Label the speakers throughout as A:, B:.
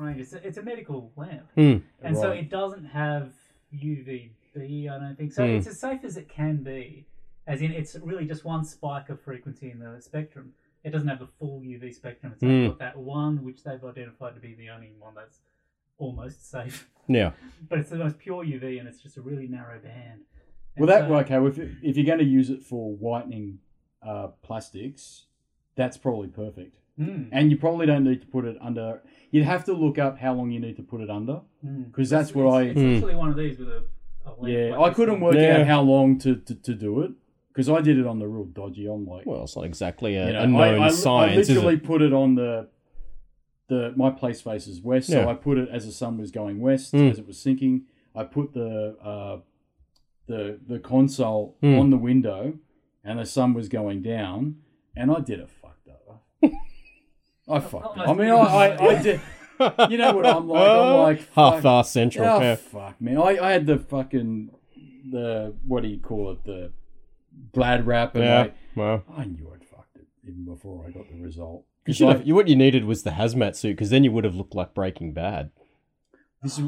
A: It's a, it's a medical lamp,
B: Hmm.
A: and so
C: Right.
A: it doesn't have UVB. I don't think so.
B: Hmm.
A: It's as safe as it can be, as in it's really just one spike of frequency in the spectrum. It doesn't have the full UV spectrum. It's only
B: Hmm.
A: got that one, which they've identified to be the only one that's almost safe.
B: Yeah.
A: But it's the most pure UV, and it's just a really narrow band. And
C: Well, that
A: so-
C: okay. If if you're going to use it for whitening uh, plastics, that's probably perfect.
A: Hmm,
C: And you probably don't need to put it under. You'd have to look up how long you need to put it under
A: hmm.
C: because that's what
A: It's
C: I.
B: Hmm.
A: actually one of these with a, a lamp
C: Yeah,
A: like
C: I
A: this
C: couldn't
A: one.
C: work
B: Yeah.
C: out how long to, to, to do it because I did it on the real dodgy. I'm like,
B: Well, it's not exactly a,
C: you know,
B: a known
C: I, I, I
B: science,
C: literally
B: is
C: put it on the the my place faces west, so
B: Yeah.
C: I put it as the sun was going west,
B: Mm.
C: as it was sinking. I put the uh, the the console
B: Mm.
C: on the window, and the sun was going down, and I did it fucked up. I fucked. Up. I mean, I, I, I did.
B: it?
C: You know what I'm like? I'm like
B: half
C: fuck.
B: our central.
C: Oh
B: yeah.
C: fuck, man! I, I had the fucking the what do you call it? The glad wrap and
B: Yeah.
C: like
B: Well,
C: I knew I'd fucked it even before I got the result.
B: you
C: 'Cause
B: should
C: I-
B: have, you, what you needed was the hazmat suit because then you would have looked like Breaking Bad.
C: this is-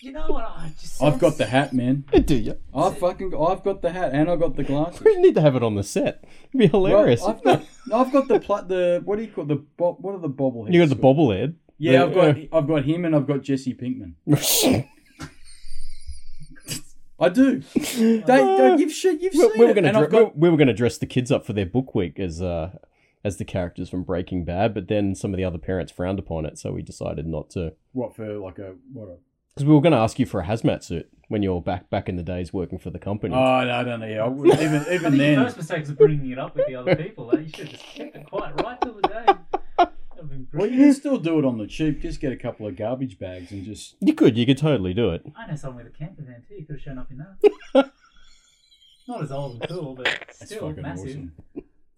A: You know what? I just
C: I've got the hat, man.
B: Do you?
C: I fucking I've got the hat and I've got the glasses.
B: We need to have it on the set. It'd be
C: Well,
B: hilarious.
C: I've got no, I've got the pla- the what do you call the bob? What are the bobbleheads?
B: you got the bobblehead.
C: Yeah, I've got I've got him and I've got Jesse Pinkman. I do. Don't, don't give shit. You've
B: we,
C: seen
B: we were
C: it.
B: going
C: And
B: to
C: I've got
B: we were going to dress the kids up for their book week as uh, as the characters from Breaking Bad, but then some of the other parents frowned upon it, so we decided not to.
C: what for like a what a
B: Because we were going to ask you for a hazmat suit when you were back back in the days working for the company.
C: Oh, no, I don't know. Yeah, I wouldn't- even
A: I
C: even
A: think your
C: then,
A: first mistake was bringing it up with the other people. eh? You should have just kept it quiet right till the day. That'd been
C: well, you
A: brilliant.
C: can still do it on the cheap. Just get a couple of garbage bags and just.
B: you could, you could totally do it.
A: I know someone with a camper van too. You could have shown up in that. Not as old and cool, but still massive.
C: awesome.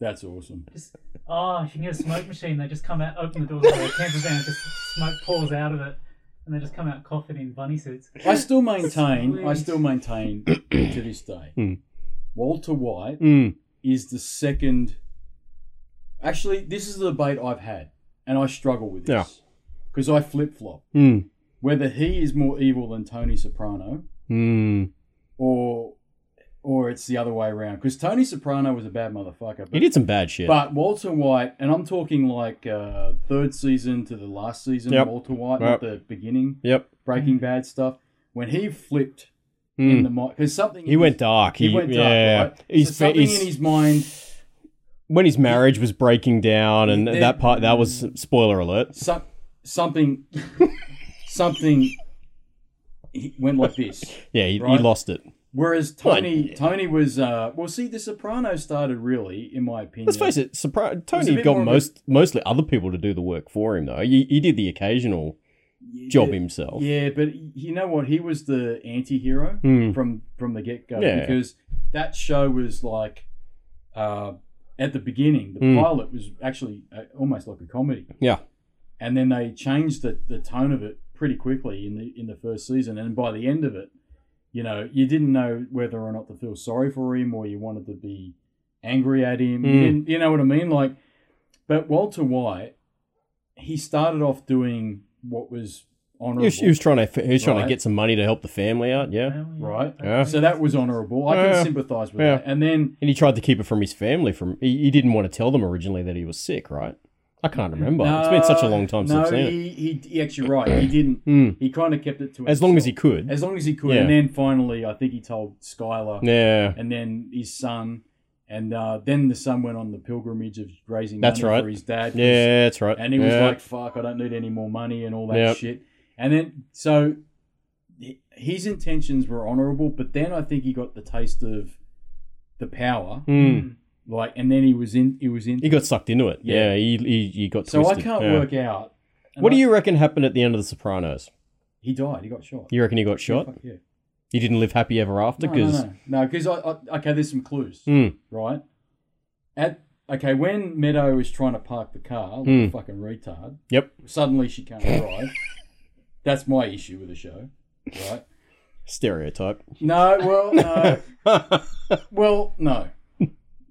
C: That's awesome.
A: Just oh, if you can get a smoke machine, they just come out, open the doors of their camper van, just smoke pours out of it, and they just come out coughing in bunny suits.
C: I still maintain. I
A: Sweet.
C: still maintain to this day.
B: Hmm.
C: Walter White
B: Mm.
C: is the second. Actually, this is the debate I've had, and I struggle with
B: Yeah.
C: this because I flip flop
B: Mm.
C: whether he is more evil than Tony Soprano
B: Mm.
C: or or it's the other way around. Because Tony Soprano was a bad motherfucker,
B: He
C: but,
B: did some bad shit.
C: but Walter White, and I'm talking like uh, third season to the last season,
B: Yep.
C: Walter
B: Yep.
C: White, not the beginning
B: yep.
C: Breaking Bad stuff. When he flipped in
B: Mm.
C: the mic, because something
B: He went dark. He,
C: He went dark,
B: yeah.
C: right?
B: He's,
C: so something
B: he's-
C: in his mind,
B: when his marriage was breaking down, and
C: There-
B: that part that was spoiler alert.
C: so, something, something he went like this.
B: Yeah, he,
C: Right.
B: he lost it.
C: Whereas
B: Well,
C: Tony, Tony was uh, well. See, The Sopranos started really, in my opinion.
B: Let's face it, surpri-
C: a
B: Tony
C: bit
B: got
C: more of a-
B: most mostly other people to do the work for him though. He, he did the occasional
C: Yeah,
B: job himself.
C: Yeah, but you know what? He was the anti-hero
B: Hmm.
C: from from the get go
B: Yeah.
C: because that show was like uh, at the beginning, the
B: Hmm.
C: pilot was actually uh, almost like a comedy.
B: Yeah.
C: and then they changed the, the tone of it pretty quickly in the in the first season, and by the end of it, you know, you didn't know whether or not to feel sorry for him or you wanted to be angry at him. You,
B: Mm.
C: didn't, you know what I mean? Like, but Walter White, he started off doing what was
B: He
C: honorable.
B: was, he was trying to he was trying
C: Right.
B: to get some money to help the family out. Yeah,
C: Right.
B: Yeah.
C: so that was honorable. I
B: Yeah.
C: can sympathise with
B: Yeah.
C: that. And then
B: and he tried to keep it from his family. From he, he didn't want to tell them originally that he was sick. Right? I can't remember. it's been such a long time
C: no,
B: since I've seen it.
C: he, he, he actually right. He didn't.
B: Hmm.
C: He kind of kept it to
B: As long as he
C: himself.
B: could.
C: As long as he could.
B: Yeah.
C: And then finally, I think he told Skylar.
B: yeah.
C: and then his son, and uh, then the son went on the pilgrimage of raising
B: That's
C: money
B: right.
C: for his dad.
B: Yeah, that's right.
C: and he was
B: Yeah.
C: like, "Fuck, I don't need any more money and all that
B: Yep.
C: shit." And then so h- his intentions were honourable, but then I think he got the taste of the power,
B: Hmm.
A: Mm,
C: like, and then he was in. He was in.
B: he got sucked into it. Yeah,
C: Yeah.
B: he, he he got
C: so
B: twisted.
C: I can't
B: Yeah.
C: work out. And
B: What do
C: I-
B: you reckon happened at the end of The Sopranos?
C: He died. He got shot.
B: You reckon he got shot?
C: Fuck yeah.
B: He didn't live happy ever after
C: No, no,
B: because
C: no, no, because I, I okay. There's some clues.
B: Hmm.
C: right? At okay, when Meadow is trying to park the car like
B: Hmm.
C: a fucking retard,
B: Yep.
C: suddenly she can't drive. That's my issue with the show, right?
B: stereotype.
C: No, well, no, well, no.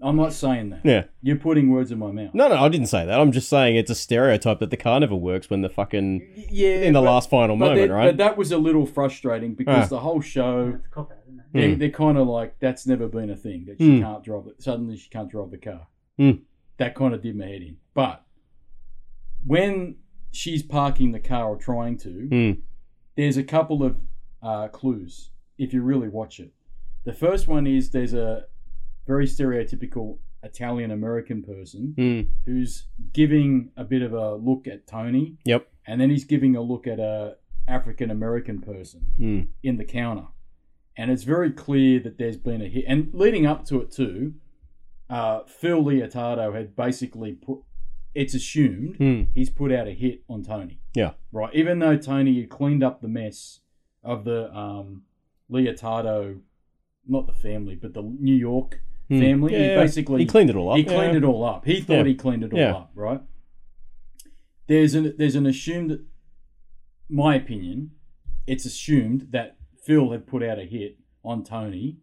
C: I'm not saying that.
B: Yeah.
C: You're putting words in my mouth.
B: No, no, I didn't say that. I'm just saying it's a stereotype that the car never works when the fucking
C: Yeah.
B: in the
C: but-
B: last final
C: but
B: moment,
C: that,
B: right?
C: But that was a little frustrating because
B: Ah.
C: the whole show,
A: It's a cop out, isn't it?
C: they,
B: Hmm.
C: they're kind of like, that's never been a thing. That she
B: Hmm.
C: can't drive. it. Suddenly she can't drive the car.
B: Hmm.
C: That kind of did my head in. But when she's parking the car or trying to,
B: Hmm.
C: there's a couple of uh, clues if you really watch it. The first one is there's a very stereotypical Italian American person
B: Hmm.
C: who's giving a bit of a look at Tony.
B: Yep.
C: And then he's giving a look at a African American person
B: Hmm.
C: in the counter. And it's very clear that there's been a hit. And leading up to it, too, uh, Phil Leotardo had basically put, it's assumed,
B: Hmm.
C: he's put out a hit on Tony.
B: Yeah.
C: Right. Even though Tony had cleaned up the mess of the um, Leotardo, not the family, but the New York
B: Hmm.
C: family.
B: Yeah,
C: he
B: yeah.
C: basically
B: he cleaned it all up.
C: he cleaned
B: yeah.
C: it all up. He thought
B: Yeah.
C: he cleaned it all
B: Yeah.
C: up, right? There's an there's an assumed my opinion, it's assumed that Phil had put out a hit on Tony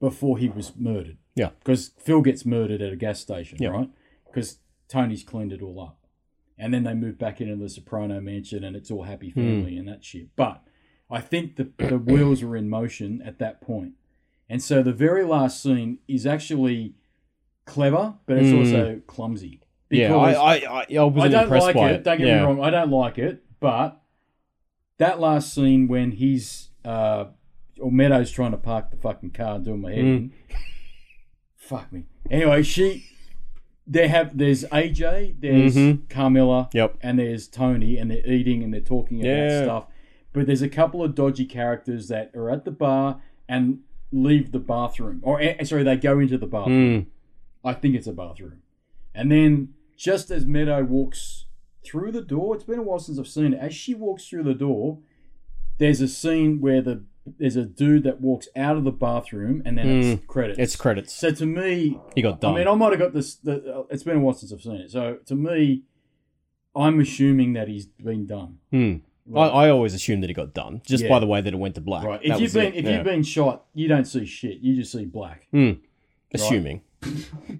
C: before he was murdered.
B: Yeah.
C: Because Phil gets murdered at a gas station,
B: Yeah.
C: right? Because Tony's cleaned it all up. And then they move back into the Soprano mansion and it's all happy family
B: Hmm.
C: and that shit. But I think the, the wheels are in motion at that point. And so the very last scene is actually clever, but it's
B: Mm.
C: also clumsy.
B: Yeah, I, I, I, I
C: I
B: wasn't
C: don't
B: impressed
C: like
B: by
C: it.
B: it.
C: Don't get
B: yeah.
C: me wrong. I don't like it. But that last scene when he's uh, or Meadows trying to park the fucking car and doing my head
B: Mm.
C: in. Fuck me. Anyway, she they have there's AJ, there's
B: Mhm.
C: Carmilla,
B: Yep.
C: and there's Tony, and they're eating and they're talking about
B: Yeah.
C: stuff. But there's a couple of dodgy characters that are at the bar and leave the bathroom, or eh, sorry, they go into the bathroom.
B: Hmm.
C: I think it's a bathroom. And then just as Meadow walks through the door, it's been a while since I've seen it. As she walks through the door, there's a scene where the there's a dude that walks out of the bathroom and then it's credits.
B: Hmm. It's credits.
C: so to me,
B: He got done.
C: I mean, I might have got this. The, uh, it's been a while since I've seen it. So to me, I'm assuming that he's been done.
B: Hmm. I,
C: Right.
B: I always assumed that he got done just
C: Yeah.
B: by the way that it went to black.
C: right.
B: That
C: If you've
B: was it.
C: been if
B: Yeah.
C: you've been shot, you don't see shit. You just see black.
B: assuming,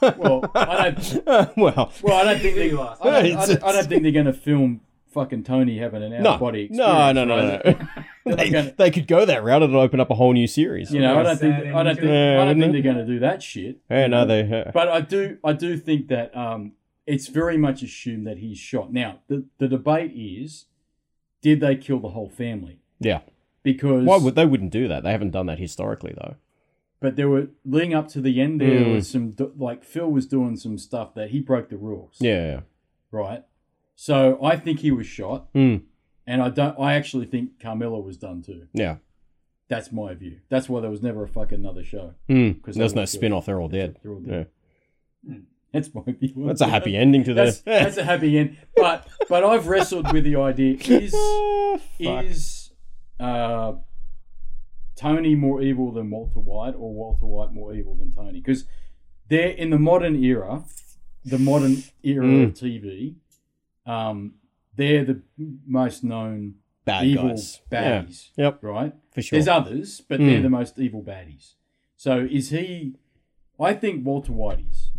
C: Well, I don't.
B: well,
C: Well, I don't think they.
A: You asked.
C: I don't, I
B: It's-
C: don't- I don't think they're going to film fucking Tony having an out
B: no,
C: of body.
B: no, no, no, no.
C: no.
B: they, they could go that route and open up a whole new series.
C: you know, I don't
A: Sad
C: think. I don't
A: ending
C: think.
B: to it.
C: I don't
B: Yeah,
C: think
B: wouldn't
C: they're going to do that shit.
B: Yeah, no, they. Uh,
C: But I do. I do think that um, it's very much assumed that he's shot. Now, the the debate is, did they kill the whole family?
B: yeah,
C: Because
B: why would they wouldn't do that? They haven't done that historically though.
C: But there were leading up to the end. There
B: Mm.
C: was some d- like Phil was doing some stuff that he broke the rules.
B: Yeah,
C: Right. So I think he was shot,
B: yeah. Mm,
C: and I don't. I actually think Carmilla was done too.
B: yeah.
C: That's my view. That's why there was never a fucking another show.
B: Mm.
C: 'Cause
B: There's
C: they
B: no
C: were killed.
B: spin off. They're all dead.
C: They're all
B: Yeah.
C: dead. That's my view.
B: That's a happy ending to
C: That's,
B: this.
C: that's a happy end. But but I've wrestled with the idea: is
B: Fuck.
C: is uh, Tony more evil than Walter White, or Walter White more evil than Tony? Because they're in the modern era, the modern era of
B: Mm.
C: TV. Um, they're the most known
B: bad
C: evil
B: guys. Yeah.
C: baddies,
B: Yep,
C: right?
B: for sure.
C: There's others, but they're
B: Mm.
C: the most evil baddies. So is he? I think Walter White is.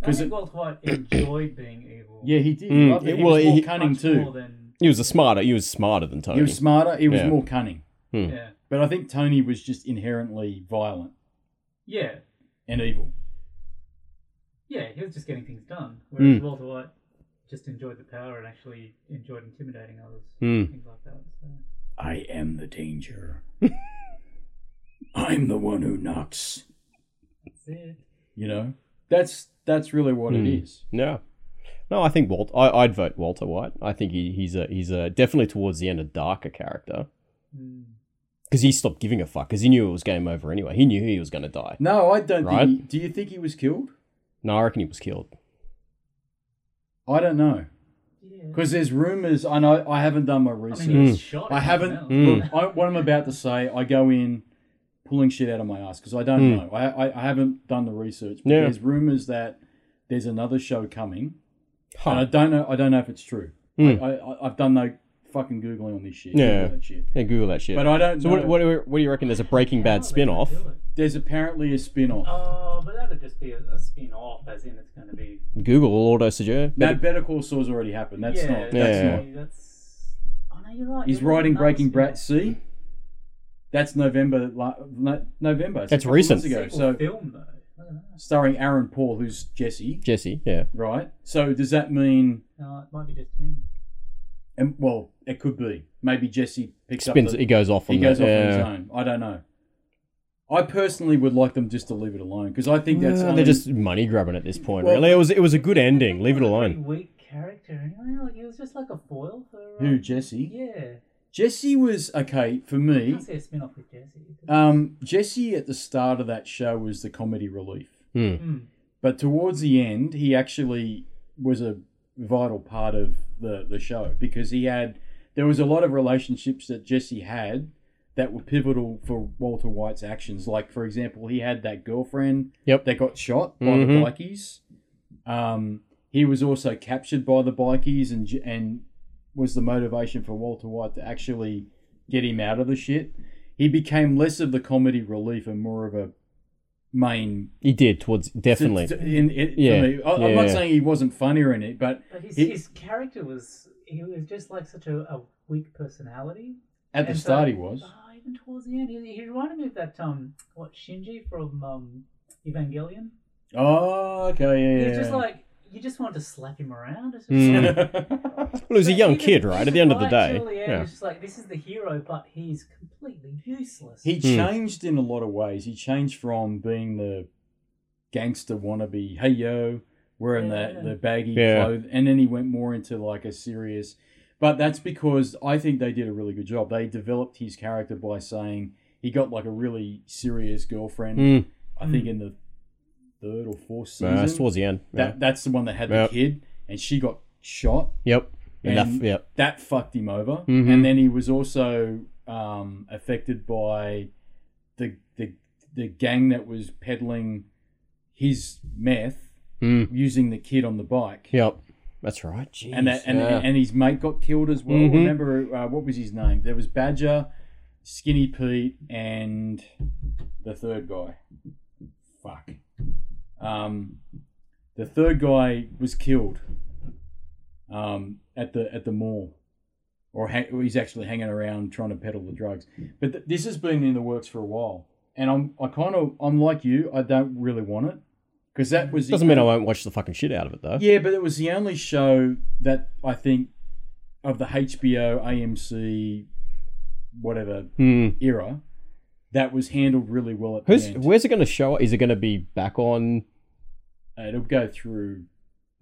A: I
C: 'Cause
A: think
C: it-
A: Walter White enjoyed being evil.
C: Yeah, he did.
B: Mm,
C: I think
B: it-
C: he
B: well,
C: was more
B: he-
C: cunning
A: much
C: too.
A: more than
B: he was a smarter. He was smarter than Tony.
C: He was smarter. He was
B: Yeah.
C: more cunning.
B: Hmm.
A: yeah
C: But I think Tony was just inherently violent
A: yeah
C: and evil.
A: yeah he was just getting things done, whereas
B: Hmm.
A: Walter White just enjoyed the power and actually enjoyed intimidating others,
B: Hmm.
A: things like that. So.
C: I am the danger. I'm the one who knocks.
A: That's it.
C: You know, that's that's really what
B: Hmm.
C: it is.
B: Yeah. No, I think Walt. I, I'd vote Walter White. I think he, he's a he's a definitely towards the end a darker character
A: Mm.
B: because he stopped giving a fuck because he knew it was game over anyway. He knew he was going to die.
C: No, I don't.
B: Right.
C: Think he, do you think he was killed?
B: No, I reckon he was killed.
C: I don't know
A: Yeah.
C: because there's rumors. I know I haven't done my
A: I
C: research.
A: mean,
B: Hmm.
A: he was shot.
C: I
A: if
C: haven't.
A: nothing else.
B: Mm.
C: Look, I, what I'm about to say, I go in pulling shit out of my ass because I don't
B: Mm.
C: know. I, I, I haven't done the research. But
B: Yeah.
C: There's rumors that there's another show coming,
B: Huh.
C: and I don't know. I don't know if it's true.
B: Mm.
C: I, I, I've done no fucking googling on this shit.
B: Yeah.
C: Google that shit.
B: yeah, Google that shit.
C: But I don't
B: so
C: know.
B: what, what, do you- what do you reckon? There's a Breaking
A: How are
B: Bad
A: they gonna
B: spin off.
A: do it?
C: There's apparently a spin off.
A: Oh, but that would just be a, a spin off, as in it's going to be.
B: Google will auto suggest.
C: No, Better Call Saul's already happened. That's
A: yeah,
C: not. That's
B: Yeah.
C: not.
A: That's, oh no, you're right.
C: He's
A: there was
C: writing
A: another
C: Breaking
A: spin-off.
C: Brad. See, that's November. la- no- November. It's a
B: That's
C: couple months
B: recent.
C: ago.
A: Sequel
C: So
A: film though. I don't know.
C: starring Aaron Paul, who's Jesse,
B: Jesse, yeah.
C: right? So does that mean?
A: No, it might be just him.
C: And well, it could be. Maybe Jesse picks
B: Spins,
C: up.
B: it
C: The,
B: goes off on
C: he goes
B: that.
C: off
B: yeah.
C: on his own. I don't know. I personally would like them just to leave it alone because I think that's
B: Yeah,
C: only-
B: they're just money grabbing at this point.
C: Well-
B: really, it was it was a good ending.
A: He
B: Leave it
A: was a
B: alone.
A: Pretty weak character anyway. Like he was just like a foil for.
C: who
A: um,
C: Jesse.
A: Yeah.
C: Jesse was okay for
A: I
C: me.
A: can't see a spin off with Jesse.
C: Um, Jesse at the start of that show was the comedy relief.
B: Hmm.
A: Mm.
C: But towards the end, he actually was a vital part of the, the show because he had there was a lot of relationships that Jesse had that were pivotal for Walter White's actions. Like for example, he had that girlfriend
B: Yep.
C: that got shot by
B: Mhm.
C: the bikies. Um, he was also captured by the bikies and j- and was the motivation for Walter White to actually get him out of the shit. He became less of the comedy relief and more of a main
B: He did towards definitely.
C: to- to- in, it,
B: Yeah.
C: For me. I, I'm
B: Yeah.
C: not saying he wasn't funnier in it, but
A: But his,
C: He-
A: his character was he was just like such a, a weak personality.
C: at the
A: And so-
C: start he was.
A: Oh, even towards the end, he, he reminded me of that um what Shinji from um Evangelion.
C: Oh, okay, yeah, yeah.
A: He was just
C: yeah. Hmm.
A: like you just wanted to slap him around. It's just
B: Mm.
A: like-
B: well, he was a
A: but
B: young
A: even-
B: kid, right? At the end of the
A: right,
B: day,
A: surely, yeah.
B: yeah.
A: It's just like this is the hero, but he's completely useless.
C: he
B: Hmm.
C: changed in a lot of ways. He changed from being the gangster wannabe, hey yo, wearing
A: Yeah.
C: the, the baggy
B: Yeah.
C: clothes, and then he went more into like a serious. But that's because I think they did a really good job. They developed his character by saying he got like a really serious girlfriend.
B: Mm.
C: I think in the third or fourth season.
B: Nah, it's towards the end. Yeah.
C: That that's the one that had
B: Yeah.
C: the kid, and she got shot.
B: Yep.
C: And
B: Enough. Yep.
C: that fucked him over.
B: Mhm.
C: And then he was also um, affected by the the the gang that was peddling his meth
B: Mm.
C: using the kid on the bike.
B: Yep. That's right. Jeez.
C: And that and,
B: yeah.
C: and his mate got killed as well.
B: Mhm.
C: Remember uh, what was his name? There was Badger, Skinny Pete, and the third guy. Fuck. Um, the third guy was killed um, at the at the mall, or ha- or he's actually hanging around trying to peddle the drugs. But th- this has been in the works for a while, and I'm I kind of I'm like you. I don't really want it because that was the
B: doesn't mean I
C: only-
B: won't watch the fucking shit out of it though.
C: yeah, but it was the only show that I think of the HBO, AMC, whatever
B: Hmm.
C: era that was handled really well at
B: Who's
C: the end.
B: where's it going to show? Is it going to be back on?
C: Uh, It'll go through.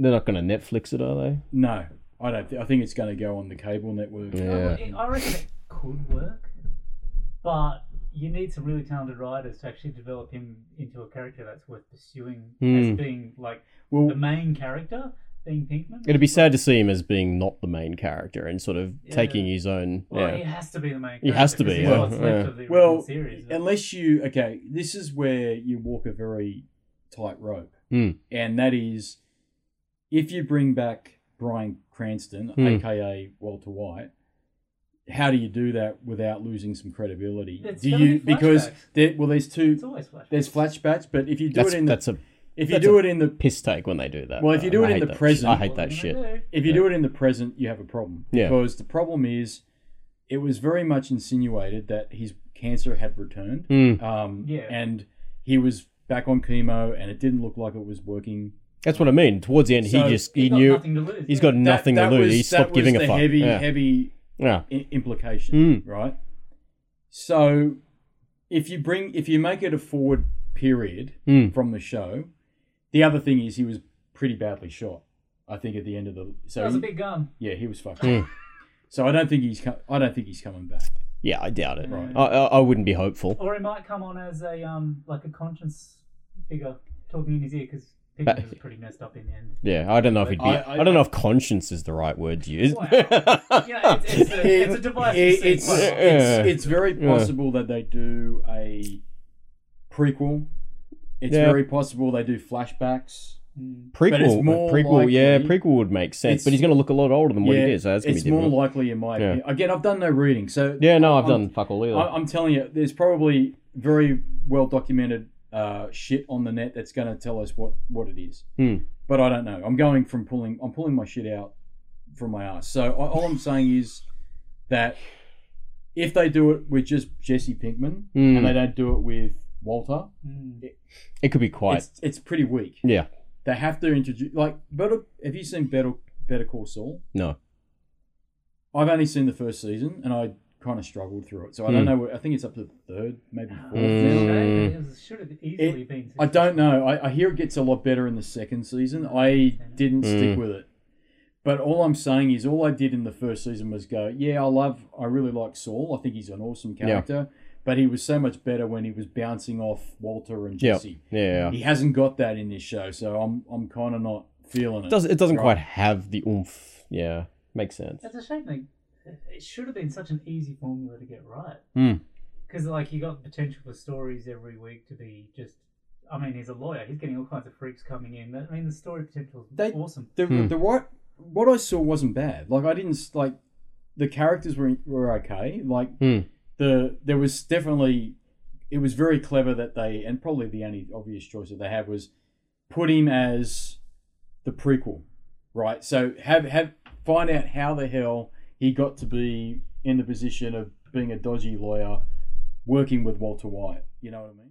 B: They're not going to Netflix it, are they?
C: No, I don't. Th- I think it's going to go on the cable network.
A: I
B: Yeah.
A: re- I reckon it could work, but you need some really talented writers to actually develop him into a character that's worth pursuing
B: Hmm.
A: as being like
C: Well,
A: the main character, being Pinkman.
B: It'd be sad to see him as being not the main character and sort of
A: Yeah.
B: taking his own.
A: Well, he
B: yeah.
A: has to be the main.
B: He has
A: character
B: to be,
A: because he's
C: yeah,
A: what's left
B: yeah.
A: of the original
C: well,
A: series.
C: unless you okay, this is where you walk a very tight rope,
B: Hmm.
C: and that is if you bring back Brian Cranston,
B: Hmm.
C: aka Walter White. How do you do that without losing some credibility?
A: It's
C: do
A: gotta
C: you
A: be
C: because
A: flashbacks.
C: there, well, there's
A: it's
C: two.
A: always flashbacks.
C: There's flashbacks, but if you do
B: That's
C: it in
B: that's
C: the,
B: a
C: if you
B: that's
C: do
B: a-
C: it in the
B: piss take when they do that.
C: Well, if you
B: though,
C: do
B: and
C: it
B: I hate
C: in the
B: that shit.
C: present-
B: I
A: What
B: hate
A: they're
B: that
A: gonna
B: shit.
A: do.
C: if you
B: Yeah.
C: do it in the present, you have a problem.
B: Yeah.
C: Because the problem is, it was very much insinuated that his cancer had returned.
B: Hmm.
C: Um,
A: Yeah.
C: And he was back on chemo, and it didn't look like it was working.
B: That's what I mean. Towards the end,
C: So,
B: he just
A: He's
B: he
A: got
B: knew
A: nothing to lose.
B: he's
A: yeah.
B: got nothing
C: That-
B: to
C: that
B: lose.
C: was-
B: he
C: that
B: stopped
C: was
B: giving a
C: the
B: fuck.
C: Heavy,
B: yeah.
C: heavy
B: yeah,
C: i- implication,
B: Mm.
C: right? So, if you bring, if you make it a forward period
B: Mm.
C: from the show, the other thing is he was pretty badly shot. I think at the end of the so
A: That was a
C: he-
A: big um, gun.
C: Yeah, he was fucked.
B: Mm.
C: up. So I don't think he's. Com- I don't think he's coming back.
B: yeah. I doubt it.
C: Right.
B: I, I I wouldn't be hopeful.
A: Or he might come on as a um like a conscience figure talking in his ear because
B: But-
A: Pinkman was pretty messed up in the end.
B: Yeah, I don't know if he'd be. I,
C: I- I-
B: don't know if conscience is the right word to use.
A: Wow. Yeah, it's, it's, a, it's a device. to
C: It-
A: see
C: it's,
A: quite a lot.
B: Yeah.
C: it's, it's very
B: uh, Yeah.
C: possible that they do a prequel. It's
B: Yeah.
C: very possible they do flashbacks.
A: Mm.
C: But it's
B: prequel,
C: more
B: prequel. yeah,
C: likely-
B: prequel would make sense.
C: It's-
B: But he's going to look a lot older than what
C: yeah,
B: he is. So that's going to
C: it's
B: be
C: more
B: difficult.
C: likely, in my
B: Yeah.
C: opinion. Again, I've done no reading, so
B: yeah, no, I've
C: I'm-
B: done fuck all either.
C: I, I'm telling you, there's probably very well documented uh, shit on the net that's going to tell us what what it is.
B: Hmm.
C: But I don't know. I'm going from pulling. I'm pulling my shit out from my ass. So I, all I'm saying is that if they do it with just Jesse Pinkman
B: Mm.
C: and they don't do it with Walter,
A: Mm.
B: It could be quite.
C: it's it's pretty weak.
B: Yeah.
C: They have to introduce like better. Have you seen Better Better Call Saul?
B: No.
C: I've only seen the first season, and I kind of struggled through it. So I don't
B: Hmm.
C: know. where- I think it's up to the third, maybe fourth
B: Hmm.
C: now.
A: Okay, but it should have easily been.
C: I don't know. I, I hear it gets a lot better in the second season. I didn't
B: Mm.
C: stick with it. But all I'm saying is, all I did in the first season was go, yeah, I love, I really like Saul. I think he's an awesome
B: Yeah.
C: character. But he was so much better when he was bouncing off Walter and
B: Yeah.
C: Jesse.
B: Yeah.
C: He hasn't got that in this show, so I'm I'm kind of not feeling it.
B: It doesn't. It doesn't
C: Right.
B: quite have the oomph. Yeah. Makes sense.
A: That's a shame. Like, it- it should have been such an easy formula to get right.
B: Hmm.
A: Because like you got the potential for stories every week to be just. I mean, he's a lawyer. He's getting all kinds of freaks coming in. I mean, the story potential is
C: They-
A: awesome.
C: the
B: Hmm.
C: the right what I saw wasn't bad. Like I didn't s- like the characters were were okay. Like
B: Hmm.
C: the there was definitely it was very clever that they and probably the only obvious choice that they had was put him as the prequel, right? So have have find out how the hell he got to be in the position of being a dodgy lawyer working with Walter White. You know what I mean?